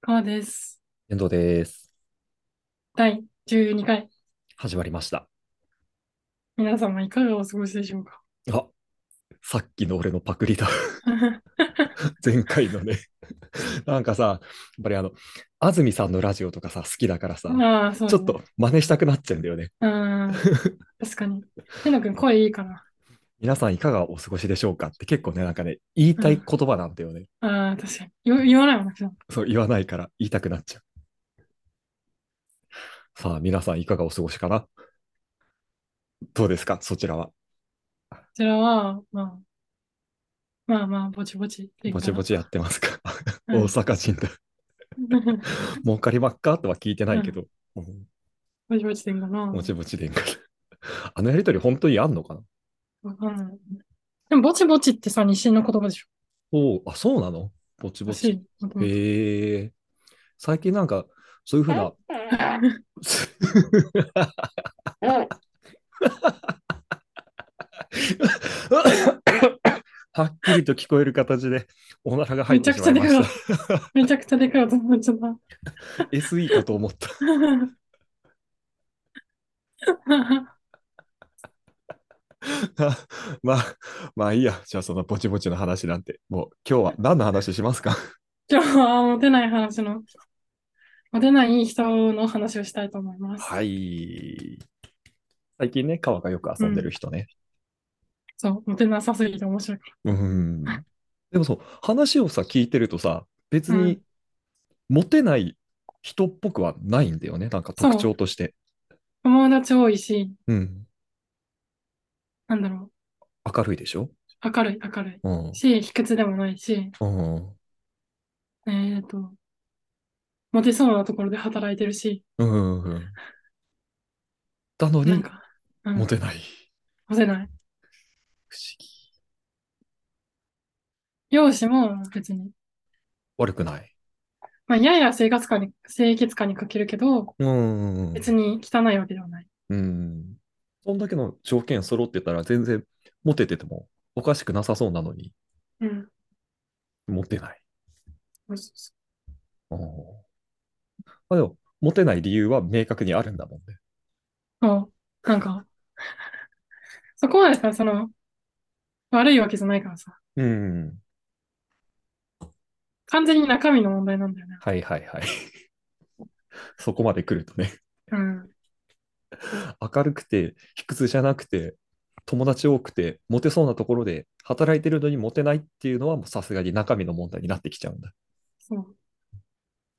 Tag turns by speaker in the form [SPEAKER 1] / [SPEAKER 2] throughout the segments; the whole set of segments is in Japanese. [SPEAKER 1] 川です。
[SPEAKER 2] 遠藤です。
[SPEAKER 1] 第12回、
[SPEAKER 2] 始まりました。
[SPEAKER 1] 皆様いかがお過ごしでしょう か
[SPEAKER 2] あ、さっきの俺のパクリだ 前回のね なんかさ、やっぱりあの、安住さんのラジオとかさ、好きだからさ、
[SPEAKER 1] ああ、そう
[SPEAKER 2] ち
[SPEAKER 1] だ
[SPEAKER 2] ょっ
[SPEAKER 1] ね。
[SPEAKER 2] と真似したくなっちゃうんだよね。
[SPEAKER 1] うん、確かに。てのくん声いいかな。
[SPEAKER 2] 皆さんいかがお過ごしでしょうかって結構ね、なんかね、言いうたい
[SPEAKER 1] ん。
[SPEAKER 2] 言葉なんだよね。
[SPEAKER 1] ああ、確かに。言言わないもんね。普段
[SPEAKER 2] そう言わないから言いたくなっちゃう。さあ、皆さんいかがお過ごしかなどうですかそちらは。
[SPEAKER 1] こちらは、まあ、まあまあ、ぼちぼちっていう
[SPEAKER 2] ぼちぼ
[SPEAKER 1] か。
[SPEAKER 2] ちやってますか
[SPEAKER 1] う
[SPEAKER 2] 大
[SPEAKER 1] ん。
[SPEAKER 2] 阪人だ。儲かりばっかとは聞いてな
[SPEAKER 1] う
[SPEAKER 2] いけ
[SPEAKER 1] ん。
[SPEAKER 2] ど、うん
[SPEAKER 1] ぼちぼちでいいか
[SPEAKER 2] も
[SPEAKER 1] な。
[SPEAKER 2] ちもちでんかな。 あのやりとり本当にあんのかな
[SPEAKER 1] わかんない。でも、ぼちぼちってさ、西の言葉でしょ。
[SPEAKER 2] おお、あ、そうなのぼち
[SPEAKER 1] ら
[SPEAKER 2] ぼ
[SPEAKER 1] しい
[SPEAKER 2] ち。
[SPEAKER 1] よ、もともと。
[SPEAKER 2] へえ。最近なんか、そういうふうな、 はっきりと聞こえる形で、おならが入
[SPEAKER 1] め
[SPEAKER 2] っ
[SPEAKER 1] ちゃ
[SPEAKER 2] て
[SPEAKER 1] く
[SPEAKER 2] し
[SPEAKER 1] ちゃ
[SPEAKER 2] まい
[SPEAKER 1] で
[SPEAKER 2] ま
[SPEAKER 1] か
[SPEAKER 2] し
[SPEAKER 1] か
[SPEAKER 2] た。
[SPEAKER 1] った。めちゃくちゃでかいと思っちゃった。
[SPEAKER 2] SE かと思った。 まあ、まあいいや。じゃあ、そのぼちぼちの話なんて、もう今日は何の話しますか
[SPEAKER 1] 今日はモテない話の、モテない人の話をしたいと思います。
[SPEAKER 2] はい。最近ね、川がよく
[SPEAKER 1] う
[SPEAKER 2] 遊んでる
[SPEAKER 1] ん。
[SPEAKER 2] 人ね。
[SPEAKER 1] そう、モテなさすぎて面白いか
[SPEAKER 2] うん。でもそう、話をさ、聞いてるとさ、別
[SPEAKER 1] ら。うん。
[SPEAKER 2] にモテない人っぽくはないんだよね。なんか特
[SPEAKER 1] そう、
[SPEAKER 2] 徴として。
[SPEAKER 1] 友達多いし、
[SPEAKER 2] うん。
[SPEAKER 1] なんだろ
[SPEAKER 2] 明るいでしょ
[SPEAKER 1] う、明るい、明るい。
[SPEAKER 2] うん。
[SPEAKER 1] し、卑屈でもないし、
[SPEAKER 2] うん。
[SPEAKER 1] えっと、モテそうなところで働いてるし、
[SPEAKER 2] うん。うんなの
[SPEAKER 1] なん
[SPEAKER 2] に、
[SPEAKER 1] か、う
[SPEAKER 2] モ
[SPEAKER 1] ん、
[SPEAKER 2] テない。
[SPEAKER 1] モテない。
[SPEAKER 2] 不思議。
[SPEAKER 1] 容姿も別に、
[SPEAKER 2] 悪くない。
[SPEAKER 1] まあ、やや生活感に、清潔感に欠けるけど、
[SPEAKER 2] うん。う
[SPEAKER 1] 別
[SPEAKER 2] ん。
[SPEAKER 1] に汚いわけではない。
[SPEAKER 2] うんそんだけの条件揃ってたら全然モテててもおかしくなさそうなのに、
[SPEAKER 1] うん。
[SPEAKER 2] モテない。
[SPEAKER 1] そうそうそ
[SPEAKER 2] うん。まあでも、モテない理由は明確にあるんだもんね。
[SPEAKER 1] うそうなんか、そこまでさ、その、悪いわけじゃないからさ、
[SPEAKER 2] うん。
[SPEAKER 1] 完全に中身の問題なんだよね。
[SPEAKER 2] はいはいはい。 そこまで来るとね。
[SPEAKER 1] うん。
[SPEAKER 2] 明るくて、卑屈じゃなくて、友達多くて、モテそうなところで働いてるのにモテないっていうのは、もうさすがに中身の問題になってきちゃうんだ。
[SPEAKER 1] そう。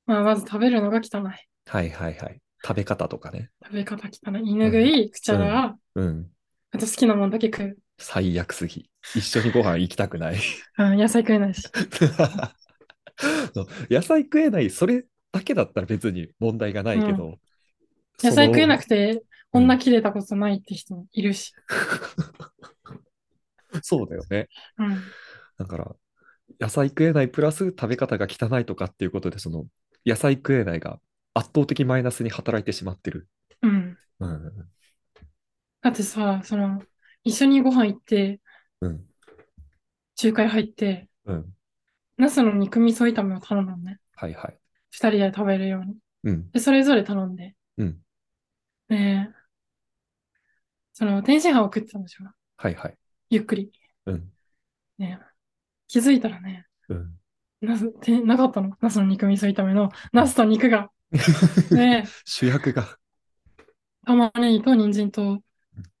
[SPEAKER 1] まあ、まず食べるのが汚い。
[SPEAKER 2] はいはいはい。食べ方とかね。
[SPEAKER 1] 食べ方汚い。
[SPEAKER 2] う
[SPEAKER 1] 犬食
[SPEAKER 2] ん。
[SPEAKER 1] い、口
[SPEAKER 2] う
[SPEAKER 1] 洗
[SPEAKER 2] ん。
[SPEAKER 1] い、
[SPEAKER 2] うん。
[SPEAKER 1] あと好きなもんだけ食う。
[SPEAKER 2] 最悪すぎ。一緒にご飯行きたくない。
[SPEAKER 1] うん、野菜食えないし。
[SPEAKER 2] そう野菜食えない、それだけだったら別に問題がな
[SPEAKER 1] う
[SPEAKER 2] いけ
[SPEAKER 1] ん。
[SPEAKER 2] ど、
[SPEAKER 1] 野
[SPEAKER 2] そ
[SPEAKER 1] 菜食えな
[SPEAKER 2] の、
[SPEAKER 1] くて、
[SPEAKER 2] う
[SPEAKER 1] 女
[SPEAKER 2] ん。
[SPEAKER 1] 切れたことないって人もいるし。
[SPEAKER 2] そうだよね。
[SPEAKER 1] うん。
[SPEAKER 2] だから、野菜食えないプラス食べ方が汚いとかっていうことで、その野菜食えないが圧倒的マイナスに働いてしまってる。
[SPEAKER 1] うん。
[SPEAKER 2] うん。
[SPEAKER 1] だってさ、その、一緒にご飯行って、
[SPEAKER 2] うん。
[SPEAKER 1] 中華屋入って、
[SPEAKER 2] うん。
[SPEAKER 1] ナスの肉味噌炒めを頼むのね。
[SPEAKER 2] はいはい。
[SPEAKER 1] 二人で食べるように。
[SPEAKER 2] うん。
[SPEAKER 1] で、それぞれ頼んで。
[SPEAKER 2] うん。
[SPEAKER 1] で、その、天津飯を食ってたんでしょ。
[SPEAKER 2] はいはい。
[SPEAKER 1] ゆっくり。
[SPEAKER 2] うん。
[SPEAKER 1] ね、気づいたらね、
[SPEAKER 2] うん。
[SPEAKER 1] ナス、て、なかったの。ナスの肉味噌炒めの、ナスと肉 が。で、
[SPEAKER 2] 主役が。
[SPEAKER 1] 玉ねぎと人参と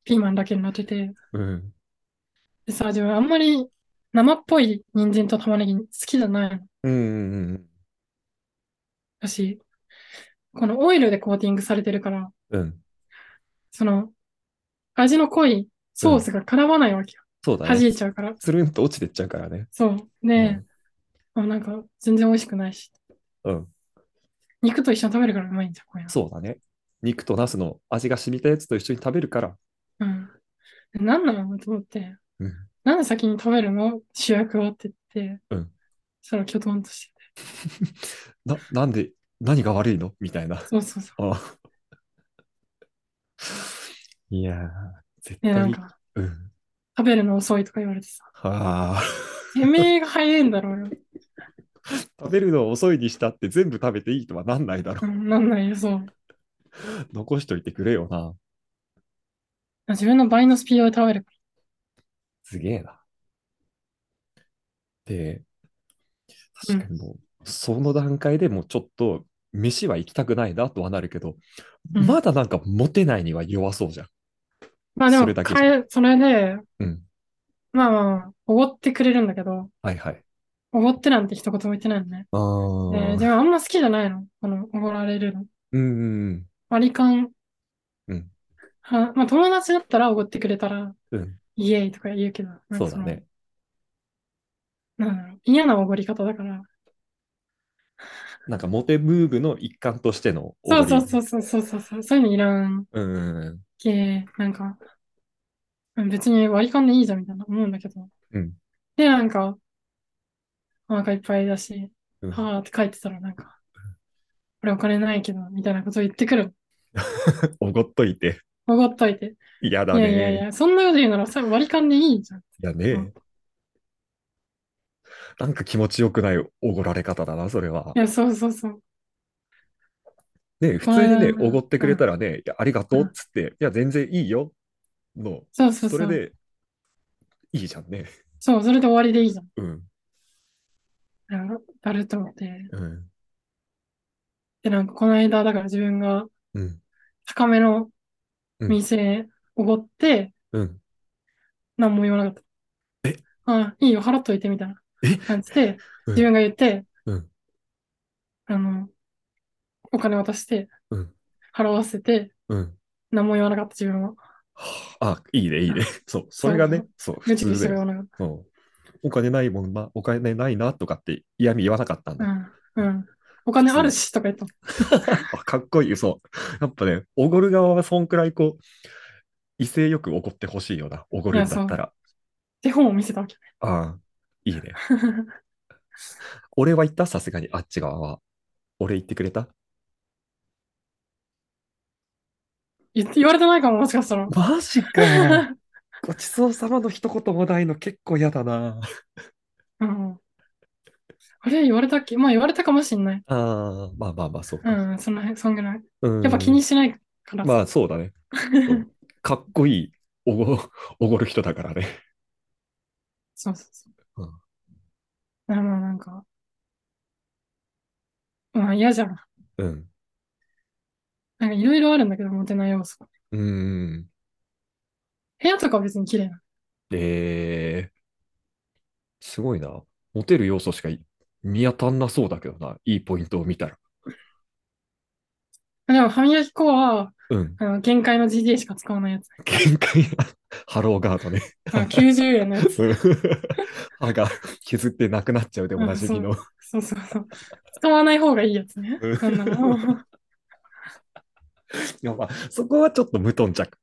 [SPEAKER 1] ピーマンだけになってて、
[SPEAKER 2] うん。
[SPEAKER 1] でさ、自分あんまり生っぽい人参と玉ねぎ好きじゃないの。
[SPEAKER 2] うん。
[SPEAKER 1] だし、このオイルでコーティングされてるから、
[SPEAKER 2] うん。
[SPEAKER 1] その味の濃いうソー
[SPEAKER 2] ん。
[SPEAKER 1] スが絡まないわけよ。
[SPEAKER 2] そうだ
[SPEAKER 1] 弾
[SPEAKER 2] ね。
[SPEAKER 1] いちゃうから。
[SPEAKER 2] つるんと落ちてっちゃうからね。
[SPEAKER 1] そう。
[SPEAKER 2] う
[SPEAKER 1] で、
[SPEAKER 2] ん。
[SPEAKER 1] あなんか全然美味しくないし。
[SPEAKER 2] うん。
[SPEAKER 1] 肉と一緒に食べるからうまいんじゃん、こういうの。
[SPEAKER 2] そうだね。肉とナスの味が染みたやつと一緒に食べるから。
[SPEAKER 1] うん。でなんなのと思って、
[SPEAKER 2] うん。
[SPEAKER 1] なんで先に食べるの主役はって言って、
[SPEAKER 2] うん。
[SPEAKER 1] そのきょとんとしてて。
[SPEAKER 2] な、なんで、何が悪いのみたいな。
[SPEAKER 1] そうそうそう。
[SPEAKER 2] ああいやー、絶
[SPEAKER 1] で、なん
[SPEAKER 2] 対、
[SPEAKER 1] か、
[SPEAKER 2] うん。
[SPEAKER 1] 食べるの遅いとか言われてさ。
[SPEAKER 2] はあ、
[SPEAKER 1] てめえが早いんだろうよ。
[SPEAKER 2] 食べるの遅いにしたって全部食べていいとはなんない だろ
[SPEAKER 1] うんなんないよ、そう。
[SPEAKER 2] う。残しといてくれよな。
[SPEAKER 1] 自分の倍のスピードで食べる。
[SPEAKER 2] すげえな。で、
[SPEAKER 1] うん
[SPEAKER 2] 確かにもう、その段階でもうちょっと、飯は行きたくないなとはなるけど、
[SPEAKER 1] うん
[SPEAKER 2] まだなんかモテないには弱そうじゃん。
[SPEAKER 1] まあで
[SPEAKER 2] それ
[SPEAKER 1] も、
[SPEAKER 2] だけ
[SPEAKER 1] かえ、それで、
[SPEAKER 2] うん。
[SPEAKER 1] まあまあまあ、おごってくれるんだけど、
[SPEAKER 2] はいはい。
[SPEAKER 1] おごってなんて一言も言ってないのね。で、
[SPEAKER 2] あー
[SPEAKER 1] 自分あんま好きじゃないの。この、おごられるの。
[SPEAKER 2] うんうん
[SPEAKER 1] 割り勘。
[SPEAKER 2] うん
[SPEAKER 1] は、まあ友達だったらおごってくれたら、
[SPEAKER 2] うん
[SPEAKER 1] イエーイとか言うけど、
[SPEAKER 2] う。
[SPEAKER 1] なんん
[SPEAKER 2] そ
[SPEAKER 1] か
[SPEAKER 2] うだ
[SPEAKER 1] の
[SPEAKER 2] ね。
[SPEAKER 1] なんだろう。嫌なおごり方だから。
[SPEAKER 2] なんかモテムーブの一環としての。
[SPEAKER 1] そうそうそううそうそうそうそう。そういうのいらん
[SPEAKER 2] うんうんうん。
[SPEAKER 1] け、なんか、うん別に割り勘でいいじゃんみたいな思うんだけど。
[SPEAKER 2] うん
[SPEAKER 1] で、なんか、お腹いっぱいだし、
[SPEAKER 2] うん
[SPEAKER 1] はーって書いてたらなんか、俺お金ないけど、みたいなこと言ってくる
[SPEAKER 2] おごっといて。
[SPEAKER 1] の。おごっといて。
[SPEAKER 2] 嫌だ
[SPEAKER 1] い
[SPEAKER 2] ね。
[SPEAKER 1] やいやいや、そんなこと言うならさ、割り勘でいいじゃん。
[SPEAKER 2] だね。なんか気持ちよくないおごられ方だな、それは。
[SPEAKER 1] いや、そうそうそう。
[SPEAKER 2] ね、普通にね、
[SPEAKER 1] うん
[SPEAKER 2] おごってくれたらね、いやありがとうっつって、いや、全然いいよ。の、
[SPEAKER 1] そうそう
[SPEAKER 2] そ
[SPEAKER 1] そ
[SPEAKER 2] れ
[SPEAKER 1] う。
[SPEAKER 2] で、いいじゃんね。
[SPEAKER 1] そう、それで終わりでいいじゃん。
[SPEAKER 2] うん。
[SPEAKER 1] なんかだると思って。
[SPEAKER 2] うん。
[SPEAKER 1] で、なんかこの間、だから自分が
[SPEAKER 2] うん。
[SPEAKER 1] 高めの店おごって、
[SPEAKER 2] うん。
[SPEAKER 1] 何も言わなかった。あ、いいよ、払っといてみたいな
[SPEAKER 2] え
[SPEAKER 1] 感じで、
[SPEAKER 2] うん
[SPEAKER 1] 自分が言って、
[SPEAKER 2] うん
[SPEAKER 1] あの、お金渡して
[SPEAKER 2] うん、
[SPEAKER 1] 払わせて、
[SPEAKER 2] うん。
[SPEAKER 1] 何も言わなかった自分は。
[SPEAKER 2] はあ、あいいね、いいね。 そう、それがね、そう、普
[SPEAKER 1] ぐちぐ
[SPEAKER 2] 通
[SPEAKER 1] ち
[SPEAKER 2] で
[SPEAKER 1] それ。は言わなかっ
[SPEAKER 2] うんお金ないもんな、お金ないなとかって嫌味言わなかったんだ。
[SPEAKER 1] た。うん。うん。お金あるしとか言ったの。
[SPEAKER 2] あかっこいい、そう。やっぱね、おごる側はそんくらいこう、威勢よくおごってほしいよな、おごるんだったら。
[SPEAKER 1] 手本を見せたわけ。
[SPEAKER 2] ああ、いいね。俺は言ったさすがにあっち側は。俺言ってくれた
[SPEAKER 1] 言って言われてないかも、もしかしたら。
[SPEAKER 2] マジか ごちそうさまの一言もないの結構嫌だな。
[SPEAKER 1] うん。あれ言われたっけまあ言われたかもしんない。
[SPEAKER 2] ああ、まあまあまあ、そう
[SPEAKER 1] う
[SPEAKER 2] か。
[SPEAKER 1] ん、そんな辺、そんぐらい。
[SPEAKER 2] うん
[SPEAKER 1] やっぱ気にしないから
[SPEAKER 2] ま
[SPEAKER 1] さ。
[SPEAKER 2] あそうだね。うんかっこいいおご、おごる人だからね。
[SPEAKER 1] そうそうそう
[SPEAKER 2] うん。
[SPEAKER 1] だからまあなんか、まあ嫌じゃん。
[SPEAKER 2] うん。
[SPEAKER 1] なんかいろいろあるんだけど、モテない要素が。
[SPEAKER 2] うん。
[SPEAKER 1] 部屋とかは別に綺麗な。
[SPEAKER 2] えー、すごいな。モテる要素しかい見当たんなそうだけどな。いいポイントを見たら。
[SPEAKER 1] でも歯磨き粉は、
[SPEAKER 2] うん。
[SPEAKER 1] あの、限界の GD しか使わないやつ。
[SPEAKER 2] 限界な。ハローガード ね。
[SPEAKER 1] あの90円のやつ。
[SPEAKER 2] うん歯が削ってなくなっちゃうでおなじみの。
[SPEAKER 1] そうそうそう。使わない方がいいやつね
[SPEAKER 2] うん。
[SPEAKER 1] そんなの。
[SPEAKER 2] いやまあ、そこはちょっと無頓着。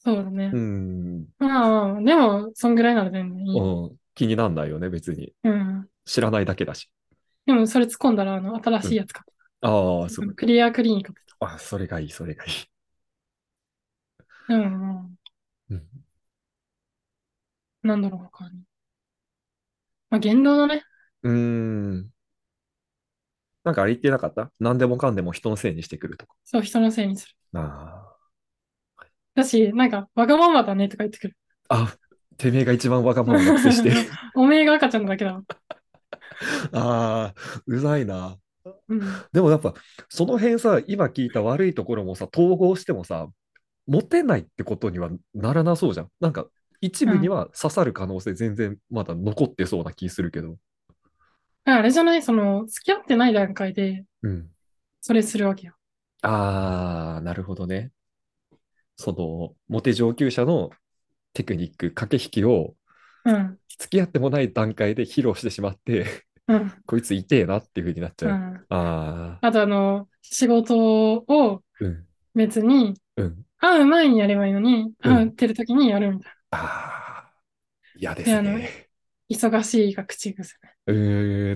[SPEAKER 1] そうだね
[SPEAKER 2] う。ん、
[SPEAKER 1] まあまあ、でも、そんぐらいなら全然いい。
[SPEAKER 2] うん。気になんないよね、別に。
[SPEAKER 1] うん。
[SPEAKER 2] 知らないだけだし。
[SPEAKER 1] でもそれ突っ込んだら、あの、新しいやつ買っ
[SPEAKER 2] ああ、
[SPEAKER 1] た
[SPEAKER 2] そう。
[SPEAKER 1] クリアクリーン買っ
[SPEAKER 2] あ、それがいい、それがいい。
[SPEAKER 1] た。うん、うん。
[SPEAKER 2] うん、
[SPEAKER 1] なんだろう、他に。まあ、言動のね。
[SPEAKER 2] うーん。なんかあれ言ってなかった何でもかんでも人のせいにしてくるとか。
[SPEAKER 1] そう、人のせいにする。
[SPEAKER 2] あ
[SPEAKER 1] だし、なんか、わがままだねとか言ってくる。
[SPEAKER 2] あ。あ、てめえが一番わがままなくせして。
[SPEAKER 1] おめえが赤ちゃんだけだわ。
[SPEAKER 2] ああ、うざいな。
[SPEAKER 1] うん。
[SPEAKER 2] でもやっぱ、その辺さ、今聞いた悪いところもさ、統合してもさ、モテないってことにはならなそうじゃん。なんか、一部には刺さる可能性全然まだ残ってそうな気するけど。
[SPEAKER 1] あれじゃないその、付き合ってない段階で、
[SPEAKER 2] うん。
[SPEAKER 1] それするわけよ。
[SPEAKER 2] ああ、なるほどね。その、モテ上級者のテクニック、駆け引きを
[SPEAKER 1] うん。
[SPEAKER 2] 付き合ってもない段階で披露してしまって、
[SPEAKER 1] うん。
[SPEAKER 2] こいつ痛えなっていう風になっち
[SPEAKER 1] う
[SPEAKER 2] ゃう。
[SPEAKER 1] ん。
[SPEAKER 2] ああ、
[SPEAKER 1] あと、あの、仕事を
[SPEAKER 2] うん、
[SPEAKER 1] 別に、
[SPEAKER 2] うん。
[SPEAKER 1] 会う前にやればいいのに、
[SPEAKER 2] うん
[SPEAKER 1] 会ってる時にやるみたい
[SPEAKER 2] ああ、嫌で
[SPEAKER 1] い
[SPEAKER 2] す
[SPEAKER 1] やあの
[SPEAKER 2] ね。
[SPEAKER 1] な。忙しいが口癖ね。
[SPEAKER 2] う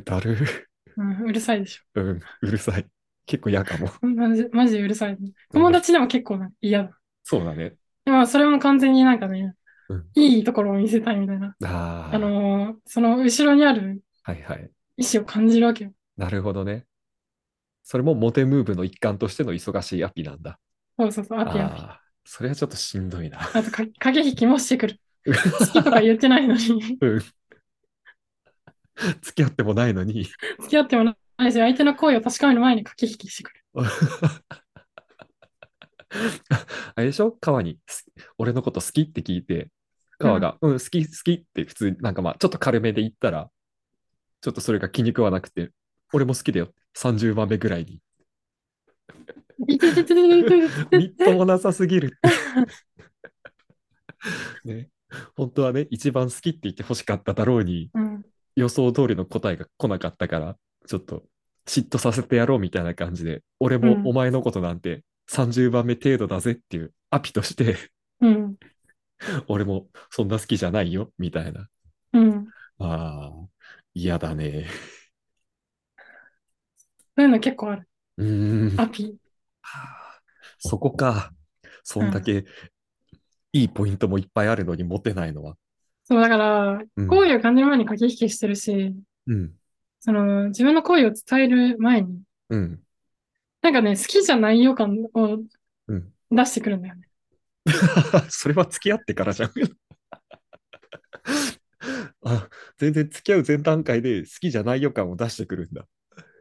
[SPEAKER 2] ー、だる。
[SPEAKER 1] うん、うるさいでしょ。
[SPEAKER 2] うん、うるさい。結構嫌かも。
[SPEAKER 1] マジ、マジでうるさい。友達でも結構なんか嫌だ。
[SPEAKER 2] そうだね。
[SPEAKER 1] でもそれも完全になんかね
[SPEAKER 2] うん、
[SPEAKER 1] いいところを見せたいみたいな。
[SPEAKER 2] ああ、
[SPEAKER 1] あのーその後ろにある
[SPEAKER 2] はいはい。
[SPEAKER 1] 意志を感じるわけよ。
[SPEAKER 2] なるほどね。それもモテムーブの一環としての忙しいアピなんだ。
[SPEAKER 1] そうそうそう、アピアピ。
[SPEAKER 2] ああ、それはちょっとしんどいな。
[SPEAKER 1] あとか、駆け引きもしてくる。好きとか言ってないのに、
[SPEAKER 2] うん。付き合ってもないのに。
[SPEAKER 1] 付き合ってもないし、相手の行為を確かめる前に駆け引きしてくる。
[SPEAKER 2] あれでしょ川に、す俺のこと好きって聞いて、川が、うん、好き、好きって普通に、なんかまあ、ちょっと軽めで言ったら、ちょっとそれが気に食わなくて、俺も好きだよ。30番目ぐらいに。
[SPEAKER 1] いてててててて
[SPEAKER 2] みっともなさすぎるって。 ね。本当はね、一番好きって言ってほしかっただろうに、
[SPEAKER 1] うん。
[SPEAKER 2] 予想通りの答えが来なかったから、ちょっと嫉妬させてやろうみたいな感じで、俺
[SPEAKER 1] うん
[SPEAKER 2] もお前のことなんて30番目程度だぜっていうアピとして、
[SPEAKER 1] うん。
[SPEAKER 2] 俺もそんな好きじゃないよみたいな。
[SPEAKER 1] うん。
[SPEAKER 2] ああ、嫌だね。
[SPEAKER 1] そういうの結構ある。
[SPEAKER 2] うーん。
[SPEAKER 1] アピ。
[SPEAKER 2] そこか。そんだけいいポイントもいっぱいあるのにモテないのは。
[SPEAKER 1] そう、だから、
[SPEAKER 2] うん
[SPEAKER 1] 好意を感じる前に駆け引きしてるし、
[SPEAKER 2] うん。
[SPEAKER 1] その、自分の好意を伝える前に、
[SPEAKER 2] うん。
[SPEAKER 1] なんかね、好きじゃない予感を
[SPEAKER 2] うん。
[SPEAKER 1] 出してくるんだよね。
[SPEAKER 2] それは付き合ってからじゃん。 あ、全然付き合う前段階で好きじゃない予感を出してくるんだ。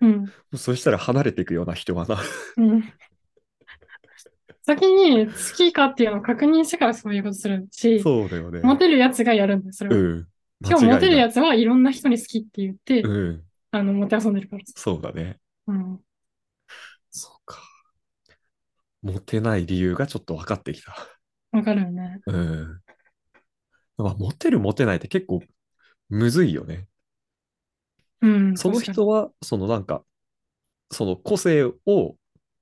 [SPEAKER 1] うん。
[SPEAKER 2] そしたら離れていくような人はな。
[SPEAKER 1] うん。先に好きかっていうのを確認してからそういうことするし、
[SPEAKER 2] そうだよね。
[SPEAKER 1] モテるやつがやるんだよ、それ
[SPEAKER 2] う
[SPEAKER 1] は。
[SPEAKER 2] ん。
[SPEAKER 1] しかもモテる
[SPEAKER 2] や
[SPEAKER 1] やつはいろんな人に好きって言って、
[SPEAKER 2] うん。
[SPEAKER 1] あの、モテ遊んでるから。
[SPEAKER 2] そうだね。
[SPEAKER 1] うん。
[SPEAKER 2] そうか。モテない理由がちょっと分かってきた。
[SPEAKER 1] わかるよね。
[SPEAKER 2] うん。まあ、モテるモテないって結構むずいよね。
[SPEAKER 1] うん。
[SPEAKER 2] その
[SPEAKER 1] 確かに。
[SPEAKER 2] 人は、そのなんか、その個性を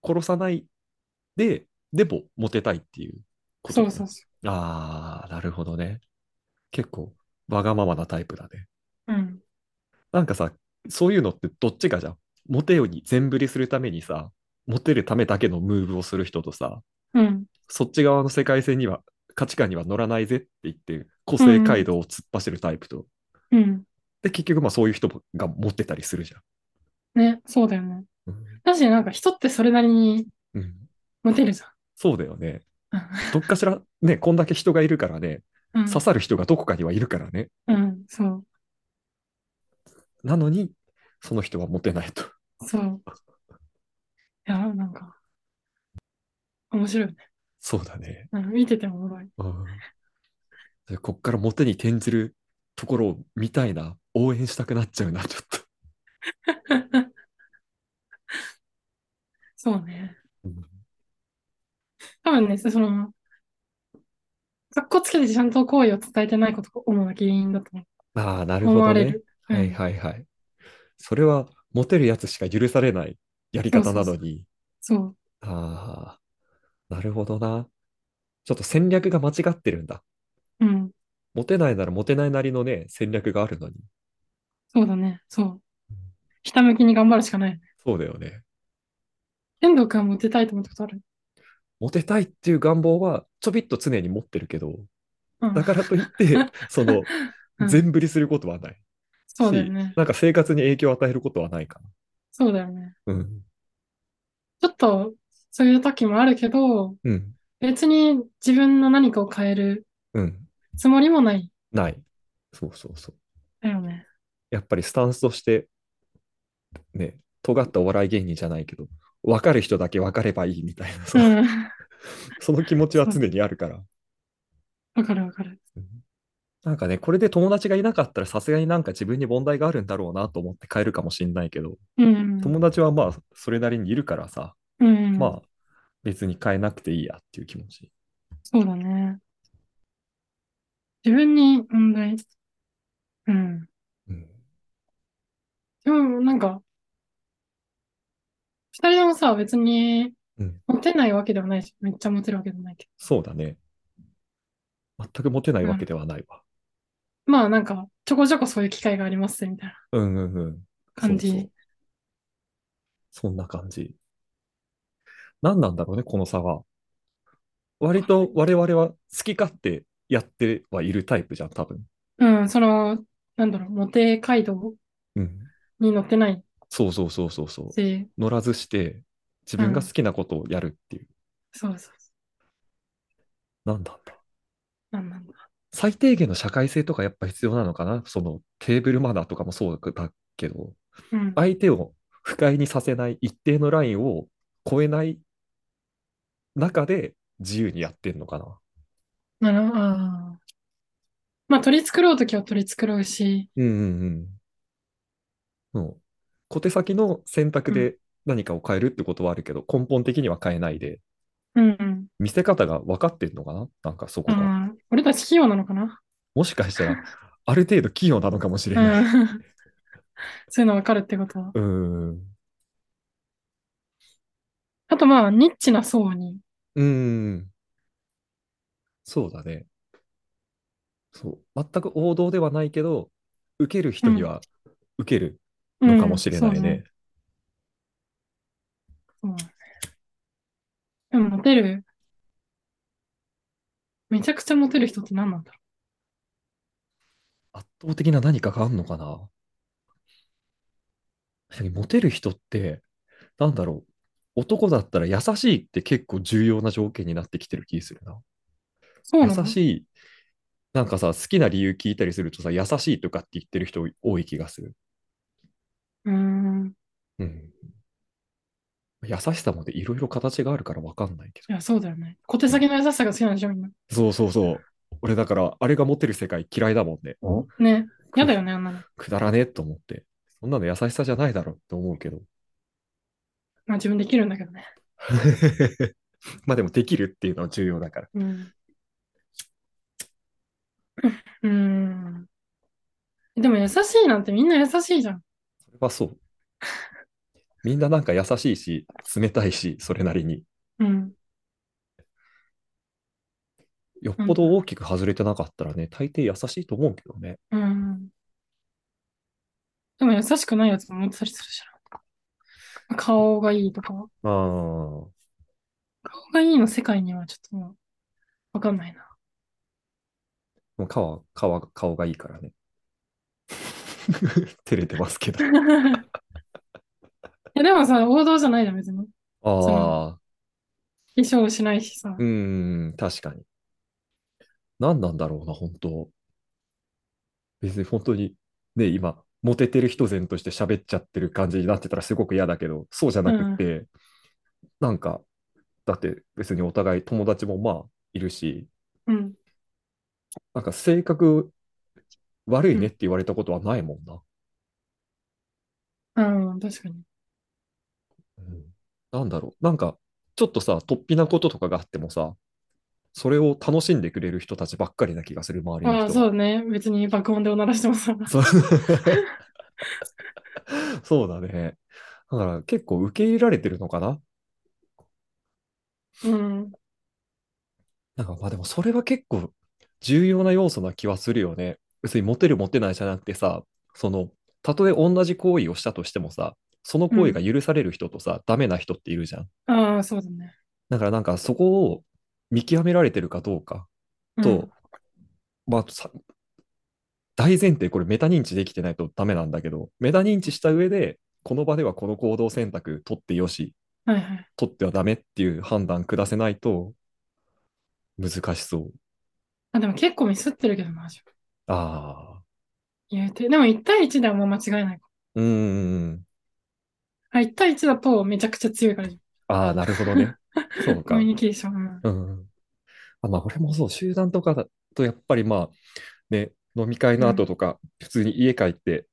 [SPEAKER 2] 殺さないで、でもモテたいっていうことだ
[SPEAKER 1] そうそ
[SPEAKER 2] ね
[SPEAKER 1] うそ
[SPEAKER 2] ああ、なるほどね。結構、わがままなタイプだね。
[SPEAKER 1] う。うん。
[SPEAKER 2] なんかさ、そういうのってどっちかじゃん。モテように全振りするためにさ、モテるためだけのムーブをする人とさ、
[SPEAKER 1] うん。
[SPEAKER 2] そっち側の世界線には、価値観には乗らないぜって言って、個性街道を突っ走るタイプと。
[SPEAKER 1] うん。
[SPEAKER 2] で、結局まあそういう人がモテたりするじゃん。
[SPEAKER 1] ね、そうだよね。
[SPEAKER 2] うん
[SPEAKER 1] 確かになんか人ってそれなりに
[SPEAKER 2] うん、
[SPEAKER 1] モテるじ
[SPEAKER 2] そうだよね。
[SPEAKER 1] ゃん。
[SPEAKER 2] どっかしら、ね、こんだけ人がいるからね、
[SPEAKER 1] うん。
[SPEAKER 2] 刺さる人がどこかにはいるからね。
[SPEAKER 1] うん、そう。
[SPEAKER 2] なのに、その人はモテないと。
[SPEAKER 1] そう。いや、なんか、面白いよね。
[SPEAKER 2] そうだね。
[SPEAKER 1] うん見ててもおもろい。
[SPEAKER 2] うんでこっからモテに転じるところを見たいな、応援したくなっちゃうな、ちょっと。
[SPEAKER 1] そうね
[SPEAKER 2] うん。
[SPEAKER 1] 多分ね、その、かっこつけてちゃんと好意を伝えてないことが主な原因だと思
[SPEAKER 2] ああ、な
[SPEAKER 1] う
[SPEAKER 2] る
[SPEAKER 1] 思
[SPEAKER 2] ほど
[SPEAKER 1] われ
[SPEAKER 2] ね。
[SPEAKER 1] る。うん
[SPEAKER 2] はいはいはい。それはモテるやつしか許されないやり方なのに。
[SPEAKER 1] そう。
[SPEAKER 2] ああ、なるほどな。ちょっと戦略が間違ってるんだ。
[SPEAKER 1] うん。
[SPEAKER 2] モテないならモテないなりのね、戦略があるのに。
[SPEAKER 1] そうだね。そう。ひたむきに頑張るしかないよね。
[SPEAKER 2] そうだよね。
[SPEAKER 1] 遠藤君はモテたいと思ったことある
[SPEAKER 2] モテたいっていう願望はちょびっと常に持ってるけど、
[SPEAKER 1] うん
[SPEAKER 2] だからと いって、その
[SPEAKER 1] うん、
[SPEAKER 2] 全振りすることはない。
[SPEAKER 1] そうだよね。
[SPEAKER 2] なんか生活に影響を与えることはないか
[SPEAKER 1] そうだよね。
[SPEAKER 2] な。うん。
[SPEAKER 1] ちょっと、そういう時もあるけど、
[SPEAKER 2] うん。
[SPEAKER 1] 別に自分の何かを変える
[SPEAKER 2] うん。
[SPEAKER 1] つもりもない。
[SPEAKER 2] ない。そうそうそう。
[SPEAKER 1] だよね。
[SPEAKER 2] やっぱりスタンスとして、ね、尖ったお笑い芸人じゃないけど、分かる人だけ分かればいいみたいな、そうの
[SPEAKER 1] ん。
[SPEAKER 2] その気持ちは常にあるから。
[SPEAKER 1] わかるわかる。
[SPEAKER 2] なんかね、これで友達がいなかったら、さすがになんか自分に問題があるんだろうなと思って変えるかもしれないけど、
[SPEAKER 1] うん。
[SPEAKER 2] 友達はまあ、それなりにいるからさ、
[SPEAKER 1] うん。
[SPEAKER 2] まあ、別に変えなくていいやっていう気持ち。
[SPEAKER 1] そうだね。自分に問題。うん。
[SPEAKER 2] うん。
[SPEAKER 1] でも、なんか、二人ともさ、別に
[SPEAKER 2] うん、
[SPEAKER 1] モテないわけではないし、めっちゃモテるわけでもないけ
[SPEAKER 2] そうだね。全くモテないわけではないわ。
[SPEAKER 1] ど。まあ、なんか、ちょこちょこそういう機会がありますみたいな
[SPEAKER 2] うんうんうん。
[SPEAKER 1] 感
[SPEAKER 2] そうそ
[SPEAKER 1] じ
[SPEAKER 2] う。そんな感じ。何なんだろうね、この差は。割と我々は好き勝手やってはいるタイプじゃん、多分。
[SPEAKER 1] うん、その、なんだろう、モテ街道
[SPEAKER 2] うん。
[SPEAKER 1] に乗ってない
[SPEAKER 2] そうそうそうそうそう。
[SPEAKER 1] し、
[SPEAKER 2] 乗らずして、自分が好きなことをやるっていう。
[SPEAKER 1] そうそうそ
[SPEAKER 2] なんだった
[SPEAKER 1] う。なんなんだ。
[SPEAKER 2] 最低限の社会性とかやっぱ必要なのかなそのテーブルマナーとかもそうだけど、
[SPEAKER 1] うん。
[SPEAKER 2] 相手を不快にさせない一定のラインを超えない中で自由にやってんのかな。
[SPEAKER 1] なるほど。あーまあ、取り繕うときは取り繕うし、
[SPEAKER 2] うんうんうん。うん小手先の選択で何かを変えるってことはあるけど、根本的には変えないで、
[SPEAKER 1] うんうん。
[SPEAKER 2] 見せ方が分かってんのかななんかそこが。
[SPEAKER 1] あー俺たち器用なのかな
[SPEAKER 2] もしかしたら、ある程度器用なのかもしれ
[SPEAKER 1] う
[SPEAKER 2] な い。
[SPEAKER 1] ん。そういうのわかるってことは。
[SPEAKER 2] うん。
[SPEAKER 1] あとまあ、ニッチな層に。
[SPEAKER 2] うん。そうだね。そう。全く王道ではないけど、受ける人には受けるのかもしれないね。
[SPEAKER 1] うん。そうそうでも、モテる。めちゃくちゃモテる人って何なんだろ
[SPEAKER 2] 圧倒的な何かがあるのかな。確かにモテる人って、なんだろう。男だったら優しいって結構重要な条件になってきてる気するな。
[SPEAKER 1] う。そうなの
[SPEAKER 2] 優しい。なんかさ、好きな理由聞いたりするとさ、優しいとかって言ってる人多い気がする。
[SPEAKER 1] うーん。
[SPEAKER 2] うん。優しさもでいろいろ形があるから分かんないけ
[SPEAKER 1] いや、そうだよね。小手先の優しさが好きなんでしょ、みんな。
[SPEAKER 2] ど。そうそうそう。俺だから、あれが持ってる世界嫌いだもんね。
[SPEAKER 1] ね。嫌だよね、あんなの。
[SPEAKER 2] くだらねえと思って。そんなの優しさじゃないだろうって思うけど。
[SPEAKER 1] まあ、自分できるんだけどね。
[SPEAKER 2] まあでもできるっていうのは重要だから。
[SPEAKER 1] うん。うん。でも優しいなんてみんな優しいじゃん。
[SPEAKER 2] それはそう。みんななんか優しいし、冷たいし、それなりに。
[SPEAKER 1] うん。
[SPEAKER 2] よっぽど大きく外れてなかったらね、大抵優しいと思うけどね。
[SPEAKER 1] うん。でも優しくないやつも持ってたりするじゃん。顔がいいとか。
[SPEAKER 2] ああ。
[SPEAKER 1] 顔がいいの世界にはちょっともう、わかん ないな。
[SPEAKER 2] もう顔は、顔は、顔がいいからね。照れてますけど。
[SPEAKER 1] いやでもさ、王道じゃないじゃん、別に。
[SPEAKER 2] ああ。
[SPEAKER 1] 衣装しないしさ。
[SPEAKER 2] うーん、確かに。何なんだろうな、本当。別に本当に、ね、今、モテてる人前として喋っちゃってる感じになってたらすごく嫌だけど、そうじゃなくって、なんか、だって別にお互い友達もまあいるし、
[SPEAKER 1] うん。
[SPEAKER 2] なんか性格悪いねって言われたことはないもんな。
[SPEAKER 1] うん、確かに。
[SPEAKER 2] うんなんだろう、なんか、ちょっとさ、突飛なこととかがあってもさ、それを楽しんでくれる人たちばっかりな気がする、周りの人
[SPEAKER 1] あ
[SPEAKER 2] は
[SPEAKER 1] あ、そうね。別に爆音でおならしてもさ。
[SPEAKER 2] そう そうだね。だから結構受け入れられてるのかな
[SPEAKER 1] うん。
[SPEAKER 2] なんかまあでもそれは結構重要な要素な気はするよね。別にモテるモテないじゃなくてさ、その、たとえ同じ行為をしたとしてもさ、その行為が許される人とさ、ダメな人っているじゃん。
[SPEAKER 1] ああ、そうだね。
[SPEAKER 2] だからなんかそこを見極められてるかどうか
[SPEAKER 1] うん
[SPEAKER 2] と、まあさ、大前提、これメタ認知できてないとダメなんだけど、メタ認知した上で、この場ではこの行動選択取ってよし、
[SPEAKER 1] はいはい。
[SPEAKER 2] 取ってはダメっていう判断下せないと、難しそう。
[SPEAKER 1] あ、でも結構ミスってるけどな、自分
[SPEAKER 2] ああ、
[SPEAKER 1] 言うて。でも1対1ではもう間違いないか。
[SPEAKER 2] うーん、
[SPEAKER 1] あ、1対1だとめちゃくちゃ強いから、
[SPEAKER 2] ああ、なるほ どね。そう
[SPEAKER 1] コ
[SPEAKER 2] か。
[SPEAKER 1] ミュニケーション。うん
[SPEAKER 2] うん。あ、まあ、俺もそう、集団とかだと、やっぱりまあ、ね、飲み会の後とか、普通に家帰って、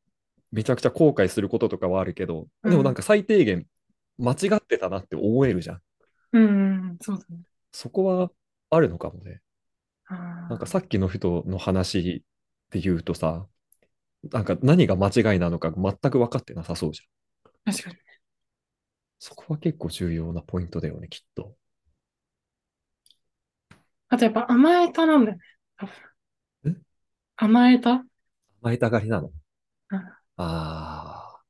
[SPEAKER 2] めちゃくちゃ後悔することとかはあるけど、
[SPEAKER 1] うん
[SPEAKER 2] でもなんか最低限、間違ってたなって思えるじゃん。
[SPEAKER 1] うん、うん、そうだね。
[SPEAKER 2] そこはあるのかもね。
[SPEAKER 1] あ
[SPEAKER 2] なんかさっきの人の話で言うとさ、なんか何が間違いなのか全く分かってなさそうじゃん。
[SPEAKER 1] あ、確かに。
[SPEAKER 2] そこは結構重要なポイントだよね、きっと。
[SPEAKER 1] あとやっぱ甘えたなんだよね。多分
[SPEAKER 2] え
[SPEAKER 1] 甘えた
[SPEAKER 2] 甘えたがりなの。
[SPEAKER 1] うん
[SPEAKER 2] ああ。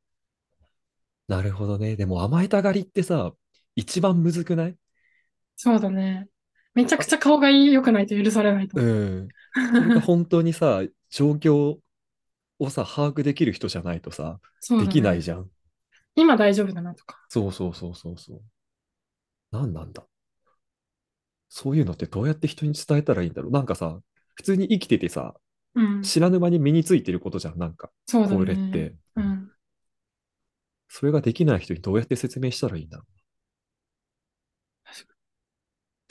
[SPEAKER 2] なるほどね。でも甘えたがりってさ、一番むずくない
[SPEAKER 1] そうだね。めちゃくちゃ顔が良くないと許されないと。
[SPEAKER 2] うん。それが本当にさ、状況をさ、把握できる人じゃないとさ、
[SPEAKER 1] そう
[SPEAKER 2] で
[SPEAKER 1] だ
[SPEAKER 2] きな
[SPEAKER 1] ね。
[SPEAKER 2] いじゃん。
[SPEAKER 1] 今大丈夫だなとか。
[SPEAKER 2] そうそうそうそうそう。なんなんだ。そういうのってどうやって人に伝えたらいいんだろう。なんかさ、普通に生きててさ、
[SPEAKER 1] うん。
[SPEAKER 2] 知らぬ間に身についてることじゃん、なんか、
[SPEAKER 1] そうだ
[SPEAKER 2] これっ
[SPEAKER 1] ね。
[SPEAKER 2] て。
[SPEAKER 1] うん。
[SPEAKER 2] それができない人にどうやって説明したらいいんだろ
[SPEAKER 1] 確
[SPEAKER 2] う。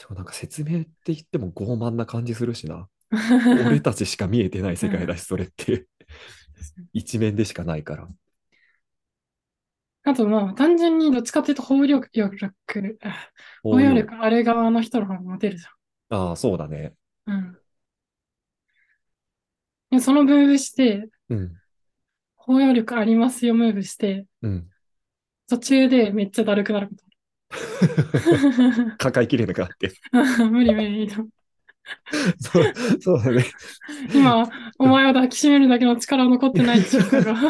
[SPEAKER 2] しかもなんか説明って言っても傲慢な感じする しな。
[SPEAKER 1] か
[SPEAKER 2] 俺
[SPEAKER 1] に
[SPEAKER 2] たちしか見えてない世界だし、それって一面でしかないから。
[SPEAKER 1] あとまあ、単純にどっちかっていうと包容力、あ包容力ある側の人の方がモテるじ
[SPEAKER 2] ああ、そうだね。
[SPEAKER 1] ゃん。うん。でそのムーブして、
[SPEAKER 2] うん。
[SPEAKER 1] 包容力ありますよムーブして、
[SPEAKER 2] うん。
[SPEAKER 1] 途中でめっちゃだるくなる こと
[SPEAKER 2] 抱えきれなくなって。
[SPEAKER 1] 無理無理。
[SPEAKER 2] そうそうだね。
[SPEAKER 1] 今、お前を抱きしめるだけの力は残ってないでしょうから。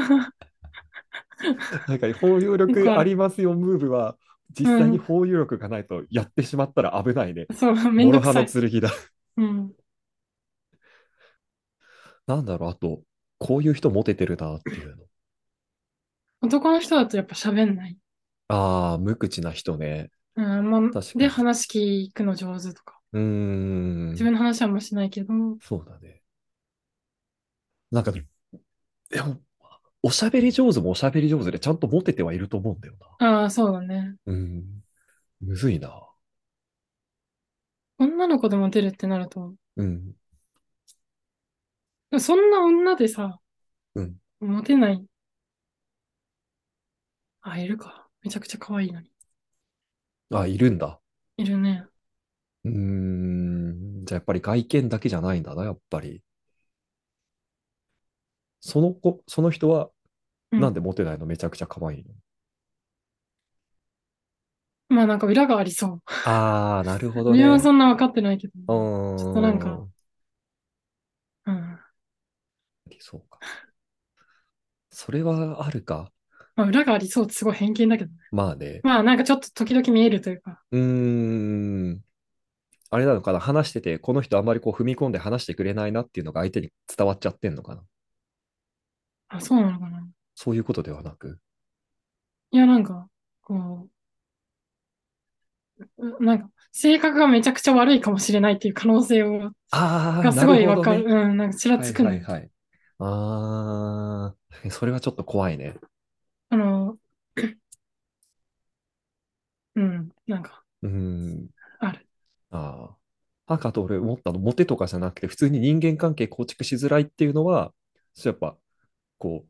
[SPEAKER 2] なんか包容力ありますよ、ムーブは、実際に包容力がないとやってしまったら危ないね。
[SPEAKER 1] そう、めん
[SPEAKER 2] モ
[SPEAKER 1] ど
[SPEAKER 2] ロ
[SPEAKER 1] く
[SPEAKER 2] ハ
[SPEAKER 1] さ
[SPEAKER 2] の
[SPEAKER 1] い。
[SPEAKER 2] 剣だ。
[SPEAKER 1] うん。
[SPEAKER 2] なんだろう、あと、こういう人モテてるなっていうの。
[SPEAKER 1] 男の人だとやっぱ喋んない。
[SPEAKER 2] ああ、無口な人ね。
[SPEAKER 1] うん、まあ
[SPEAKER 2] 確かに
[SPEAKER 1] で、話聞くの上手とか。
[SPEAKER 2] うーん
[SPEAKER 1] 自。分の話はあんましないけど、
[SPEAKER 2] そうだね。なんかね、でも、おしゃべり上手もおしゃべり上手でちゃんとモテてはいると思うんだよ
[SPEAKER 1] ああ、そうだね。
[SPEAKER 2] な。うん。むずいな。
[SPEAKER 1] 女の子でモテるってなると、
[SPEAKER 2] うん。
[SPEAKER 1] でもそんな女でさ、
[SPEAKER 2] うん
[SPEAKER 1] モテない。あ、いるか。めちゃくちゃ可愛いのに。
[SPEAKER 2] あ、いるんだ。
[SPEAKER 1] いるね。
[SPEAKER 2] うーん。じゃあやっぱり外見だけじゃないんだな、やっぱり。その子、その人は、
[SPEAKER 1] うん
[SPEAKER 2] なんでモテないのめちゃくちゃ可愛いの。
[SPEAKER 1] まあなんか裏がありそう。
[SPEAKER 2] ああ、なるほど
[SPEAKER 1] 自分は
[SPEAKER 2] ね。
[SPEAKER 1] そんな分かってないけ
[SPEAKER 2] う
[SPEAKER 1] ど。
[SPEAKER 2] ーん。
[SPEAKER 1] ちょっとなんかうん。
[SPEAKER 2] そうか。それはあるか。
[SPEAKER 1] まあ裏がありそうってすごい偏見だけどね。
[SPEAKER 2] まあね。
[SPEAKER 1] まあなんかちょっと時々見えるというか。
[SPEAKER 2] うーん。あれなのかな話してて、この人あんまりこう踏み込んで話してくれないなっていうのが相手に伝わっちゃってんのかな
[SPEAKER 1] あ、そうなのかな。
[SPEAKER 2] そういうことではなく。
[SPEAKER 1] いやなんか、こう、うなんか性格がめちゃくちゃ悪いかもしれないっていう可能性を
[SPEAKER 2] ああ、
[SPEAKER 1] がすごい
[SPEAKER 2] なる
[SPEAKER 1] わ
[SPEAKER 2] ほ
[SPEAKER 1] か
[SPEAKER 2] ど
[SPEAKER 1] る。
[SPEAKER 2] ね。
[SPEAKER 1] うん、なんかちら
[SPEAKER 2] は
[SPEAKER 1] つ
[SPEAKER 2] い
[SPEAKER 1] くの。
[SPEAKER 2] はいはい。ああ、それはちょっと怖いね。
[SPEAKER 1] あの、うん、なんか、
[SPEAKER 2] うーん。
[SPEAKER 1] ある。
[SPEAKER 2] ああ。赤と俺思ったの、モテとかじゃなくて、普通に人間関係構築しづらいっていうのは、そうやっぱ、こう、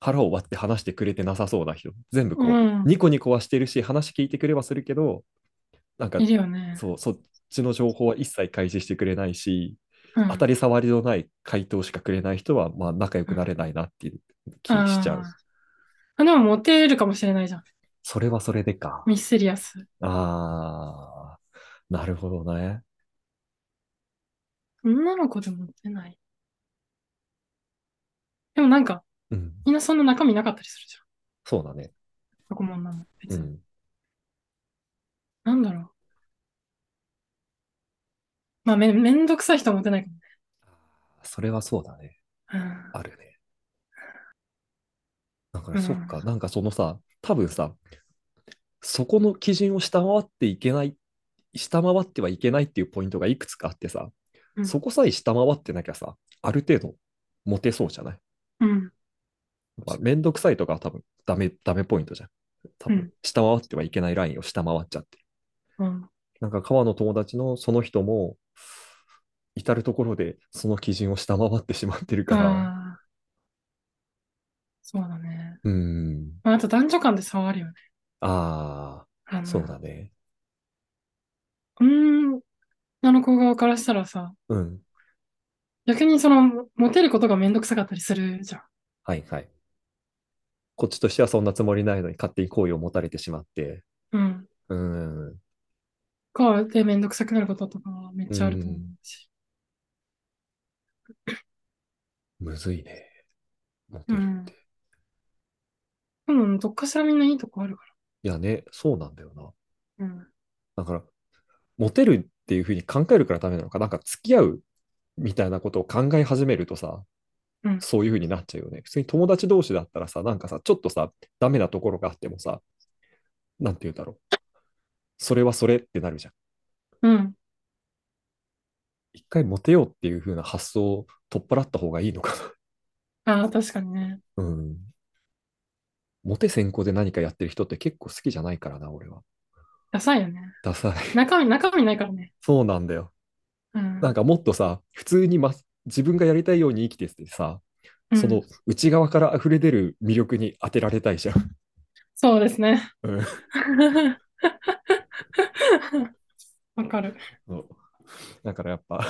[SPEAKER 2] 腹を割って話してくれてなさそうな人。全部こ
[SPEAKER 1] う
[SPEAKER 2] う、
[SPEAKER 1] ん、
[SPEAKER 2] ニコニコはしてるし、話聞いてくれはするけど、なんか
[SPEAKER 1] いるよね。
[SPEAKER 2] そう、そっちの情報は一切開示してくれない
[SPEAKER 1] う
[SPEAKER 2] し、
[SPEAKER 1] ん
[SPEAKER 2] 当たり障りのない回答しかくれない人は、まあ、仲良くなれないなっていう気しちゃう。
[SPEAKER 1] あーあでもモテるかもしれないじゃん。
[SPEAKER 2] それはそれでか。
[SPEAKER 1] ミステリアス。
[SPEAKER 2] ああ、なるほどね。
[SPEAKER 1] 女の子でモテない。でもなんか、
[SPEAKER 2] うん、
[SPEAKER 1] みんなそんな中身なかったりするじゃん。
[SPEAKER 2] そうだね。
[SPEAKER 1] そこも女の子
[SPEAKER 2] う
[SPEAKER 1] 別に。
[SPEAKER 2] ん。
[SPEAKER 1] なんだろう。まあめ、めんどくさい人はモテないかもね。
[SPEAKER 2] それはそうだね。
[SPEAKER 1] うん
[SPEAKER 2] あるね。だか
[SPEAKER 1] う
[SPEAKER 2] ら、
[SPEAKER 1] ん
[SPEAKER 2] そっか、なんかそのさ、多分さ、そこの基準を下回っていけない、下回ってはいけないっていうポイントがいくつかあってさ、
[SPEAKER 1] うん
[SPEAKER 2] そこさえ下回ってなきゃさ、ある程度モテそうじゃない
[SPEAKER 1] うん。
[SPEAKER 2] やっぱめんどくさいとかは多分ダメ、ダメポイントじゃん。多
[SPEAKER 1] うん
[SPEAKER 2] 分下回ってはいけないラインを下回っちゃって
[SPEAKER 1] う
[SPEAKER 2] る。
[SPEAKER 1] ん。
[SPEAKER 2] なんか川の友達のその人も、至るところでその基準を下回ってしまってるから、
[SPEAKER 1] ああ。そうだね。
[SPEAKER 2] うーん、
[SPEAKER 1] まあ、あと男女間で差はあるよね。
[SPEAKER 2] あ
[SPEAKER 1] あの
[SPEAKER 2] あ、そうだね。
[SPEAKER 1] うん。女の子側からしたらさ、
[SPEAKER 2] うん、
[SPEAKER 1] 逆にその、モテることがめんどくさかったりするじゃん。
[SPEAKER 2] はいはい。こっちとしてはそんなつもりないのに勝手に好意を持たれてしまって、
[SPEAKER 1] うん。
[SPEAKER 2] うーん、
[SPEAKER 1] こうでめんどくさくなることとかはめっちゃあると思うし。
[SPEAKER 2] むずいね。モテ
[SPEAKER 1] う
[SPEAKER 2] る
[SPEAKER 1] ん
[SPEAKER 2] って。。
[SPEAKER 1] うん、どっかしらみんないいとこあるか
[SPEAKER 2] いやね、そうなんだよな。
[SPEAKER 1] ら。うん。
[SPEAKER 2] だから、モテるっていうふうに考えるからダメなのか、なんか付き合うみたいなことを考え始めるとさ、
[SPEAKER 1] うん
[SPEAKER 2] そういうふうになっちゃうよね。普通に友達同士だったらさ、なんかさ、ちょっとさ、ダメなところがあってもさ、なんて言うんだろう。それはそれってなるじゃん。
[SPEAKER 1] うん。
[SPEAKER 2] 一回モテようっていうふうな発想を取っ払った方がいいのか
[SPEAKER 1] ああ、確かにね。
[SPEAKER 2] な。うん。モテ先行で何かやってる人って結構好きじゃないからな、俺は。
[SPEAKER 1] ダサいよね。
[SPEAKER 2] ダサい。
[SPEAKER 1] 中身、中身ないからね。
[SPEAKER 2] そうなんだよ。
[SPEAKER 1] うん。
[SPEAKER 2] なんかもっとさ、普通に、ま、自分がやりたいように生きててさ、
[SPEAKER 1] うん
[SPEAKER 2] その内側から溢れ出る魅力に当てられたいじゃん。
[SPEAKER 1] そうですね。
[SPEAKER 2] うん
[SPEAKER 1] わかる。
[SPEAKER 2] そうだからやっぱ、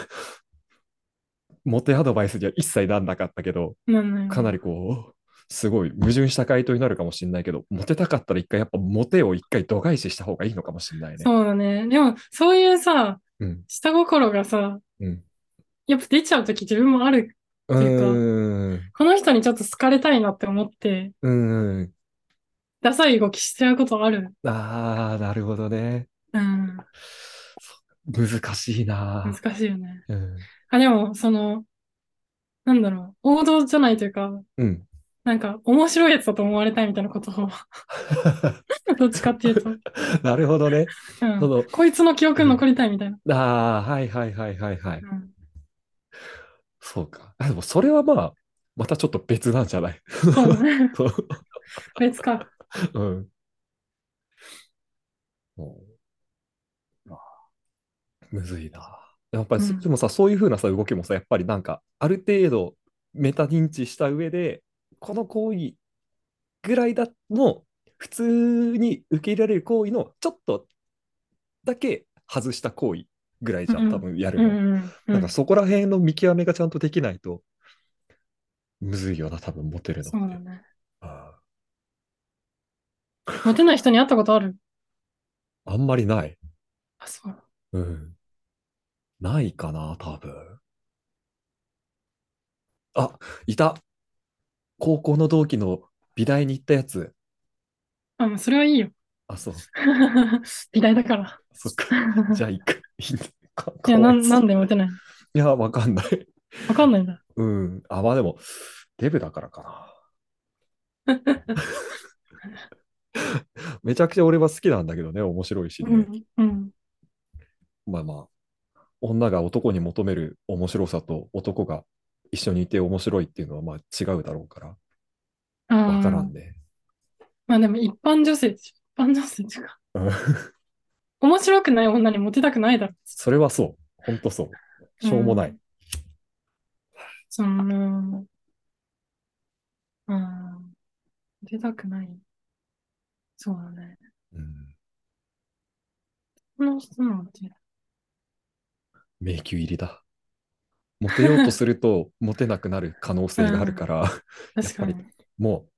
[SPEAKER 2] モテアドバイスには一切なんなかったけど、
[SPEAKER 1] なんなん
[SPEAKER 2] かなりこう、すごい矛盾した回答になるかもしれないけど、モテたかったら一回やっぱモテを一回度外視した方がいいのかもしれないね。
[SPEAKER 1] そうだね。でも、そういうさ、
[SPEAKER 2] うん。
[SPEAKER 1] 下心がさ、
[SPEAKER 2] うん。
[SPEAKER 1] やっぱ出ちゃうとき自分もある。
[SPEAKER 2] う
[SPEAKER 1] っていうか
[SPEAKER 2] ーん。
[SPEAKER 1] この人にちょっと好かれたいなって思って、
[SPEAKER 2] うーん。
[SPEAKER 1] ダサい動きしちゃうことある。
[SPEAKER 2] ああ、なるほどね。
[SPEAKER 1] うん。
[SPEAKER 2] 難しいな
[SPEAKER 1] 難しいよね。
[SPEAKER 2] ぁ。うん。
[SPEAKER 1] あ、でも、その、なんだろう、王道じゃないというか、
[SPEAKER 2] うん。
[SPEAKER 1] なんか、面白いやつだと思われたいみたいなことを、どっちかっていうと、
[SPEAKER 2] なるほどね。
[SPEAKER 1] うん
[SPEAKER 2] その
[SPEAKER 1] こいつの記憶に残りたいみたいな。
[SPEAKER 2] ああ、はいはいはいはいはい。
[SPEAKER 1] うん
[SPEAKER 2] そうか。あ、でもそれはまあ、またちょっと別なんじゃない。
[SPEAKER 1] そうだね
[SPEAKER 2] そう
[SPEAKER 1] 別か。
[SPEAKER 2] うん。うんあーむずいな。やっぱりそ、
[SPEAKER 1] うん
[SPEAKER 2] でもさ、そういうふうなさ、動きもさ、やっぱりなんか、ある程度、メタ認知した上で、この行為ぐらいだの、普通に受け入れられる行為の、ちょっとだけ外した行為ぐらいじゃ、
[SPEAKER 1] うんん
[SPEAKER 2] 多分やる
[SPEAKER 1] うん
[SPEAKER 2] の。
[SPEAKER 1] うんう
[SPEAKER 2] なん
[SPEAKER 1] ん
[SPEAKER 2] か。そこら辺の見極めがちゃんとできないと、むずいよな、多分モテるの
[SPEAKER 1] そう
[SPEAKER 2] っ
[SPEAKER 1] だ
[SPEAKER 2] て。
[SPEAKER 1] ね。
[SPEAKER 2] あ
[SPEAKER 1] モテない人に会ったことある
[SPEAKER 2] あんまりない。
[SPEAKER 1] あ、そう。
[SPEAKER 2] うん。ないかな、多分。あ、いた。高校の同期の美大に行ったやつ。
[SPEAKER 1] あ、もうそれはいいよ。
[SPEAKER 2] あ、そう。
[SPEAKER 1] 美大だ から。
[SPEAKER 2] そっか。 じゃあ行く。いいんだか
[SPEAKER 1] い
[SPEAKER 2] か
[SPEAKER 1] や、
[SPEAKER 2] わ
[SPEAKER 1] ないん
[SPEAKER 2] そう
[SPEAKER 1] なんでモテない
[SPEAKER 2] いや、わかんない。
[SPEAKER 1] わかんないんだ。
[SPEAKER 2] うん。あ、まあでも、デブだからか な。めちゃくちゃ俺は好きなんだけどね、面白いしね。
[SPEAKER 1] うん。うん。
[SPEAKER 2] まあまあ、女が男に求める面白さと男が一緒にいて面白いっていうのはまあ違うだろうから、
[SPEAKER 1] ああ。
[SPEAKER 2] わからんね。
[SPEAKER 1] まあでも一般女性でしょ、一般女性っていうか、
[SPEAKER 2] うん
[SPEAKER 1] 面白くない女にモテたくないだろ。
[SPEAKER 2] それはそう。ほんとそう。しょうもない。
[SPEAKER 1] その、うん、モテたくない。そうだね。
[SPEAKER 2] うん
[SPEAKER 1] この人のモテない。
[SPEAKER 2] 迷宮入りだ。モテようとすると、モテなくなる可能性があるから、
[SPEAKER 1] 確かに。
[SPEAKER 2] やも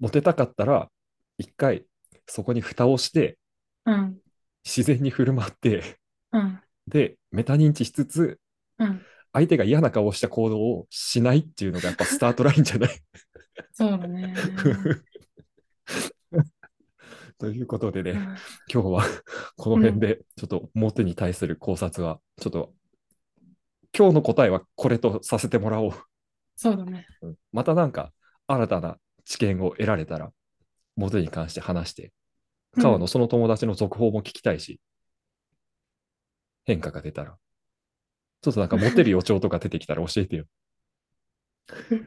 [SPEAKER 2] う、モテたかったら、一回、そこに蓋をして、
[SPEAKER 1] うん、
[SPEAKER 2] 自然に振る舞って、
[SPEAKER 1] うん、
[SPEAKER 2] で、メタ認知しつつ、
[SPEAKER 1] うん。
[SPEAKER 2] 相手が嫌な顔をした行動をしないっていうのがやっぱスタートラインじゃない。
[SPEAKER 1] そうだね。
[SPEAKER 2] ということでね、
[SPEAKER 1] うん
[SPEAKER 2] 今日は この辺でちょっとモテに対する考察は、ちょっと今日の答えはこれとさせてもらおう。
[SPEAKER 1] そうだね。
[SPEAKER 2] うんまたなんか新たな知見を得られたら、モテに関して話して、
[SPEAKER 1] うん
[SPEAKER 2] 川野その友達の続報も聞きたいし、変化が出たら、ちょっとなんかモテる予兆とか出てきたら教 えてよ
[SPEAKER 1] うん。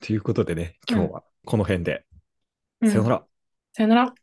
[SPEAKER 2] ということでね、今日はこの辺で、
[SPEAKER 1] うん
[SPEAKER 2] さよなら。
[SPEAKER 1] さよなら。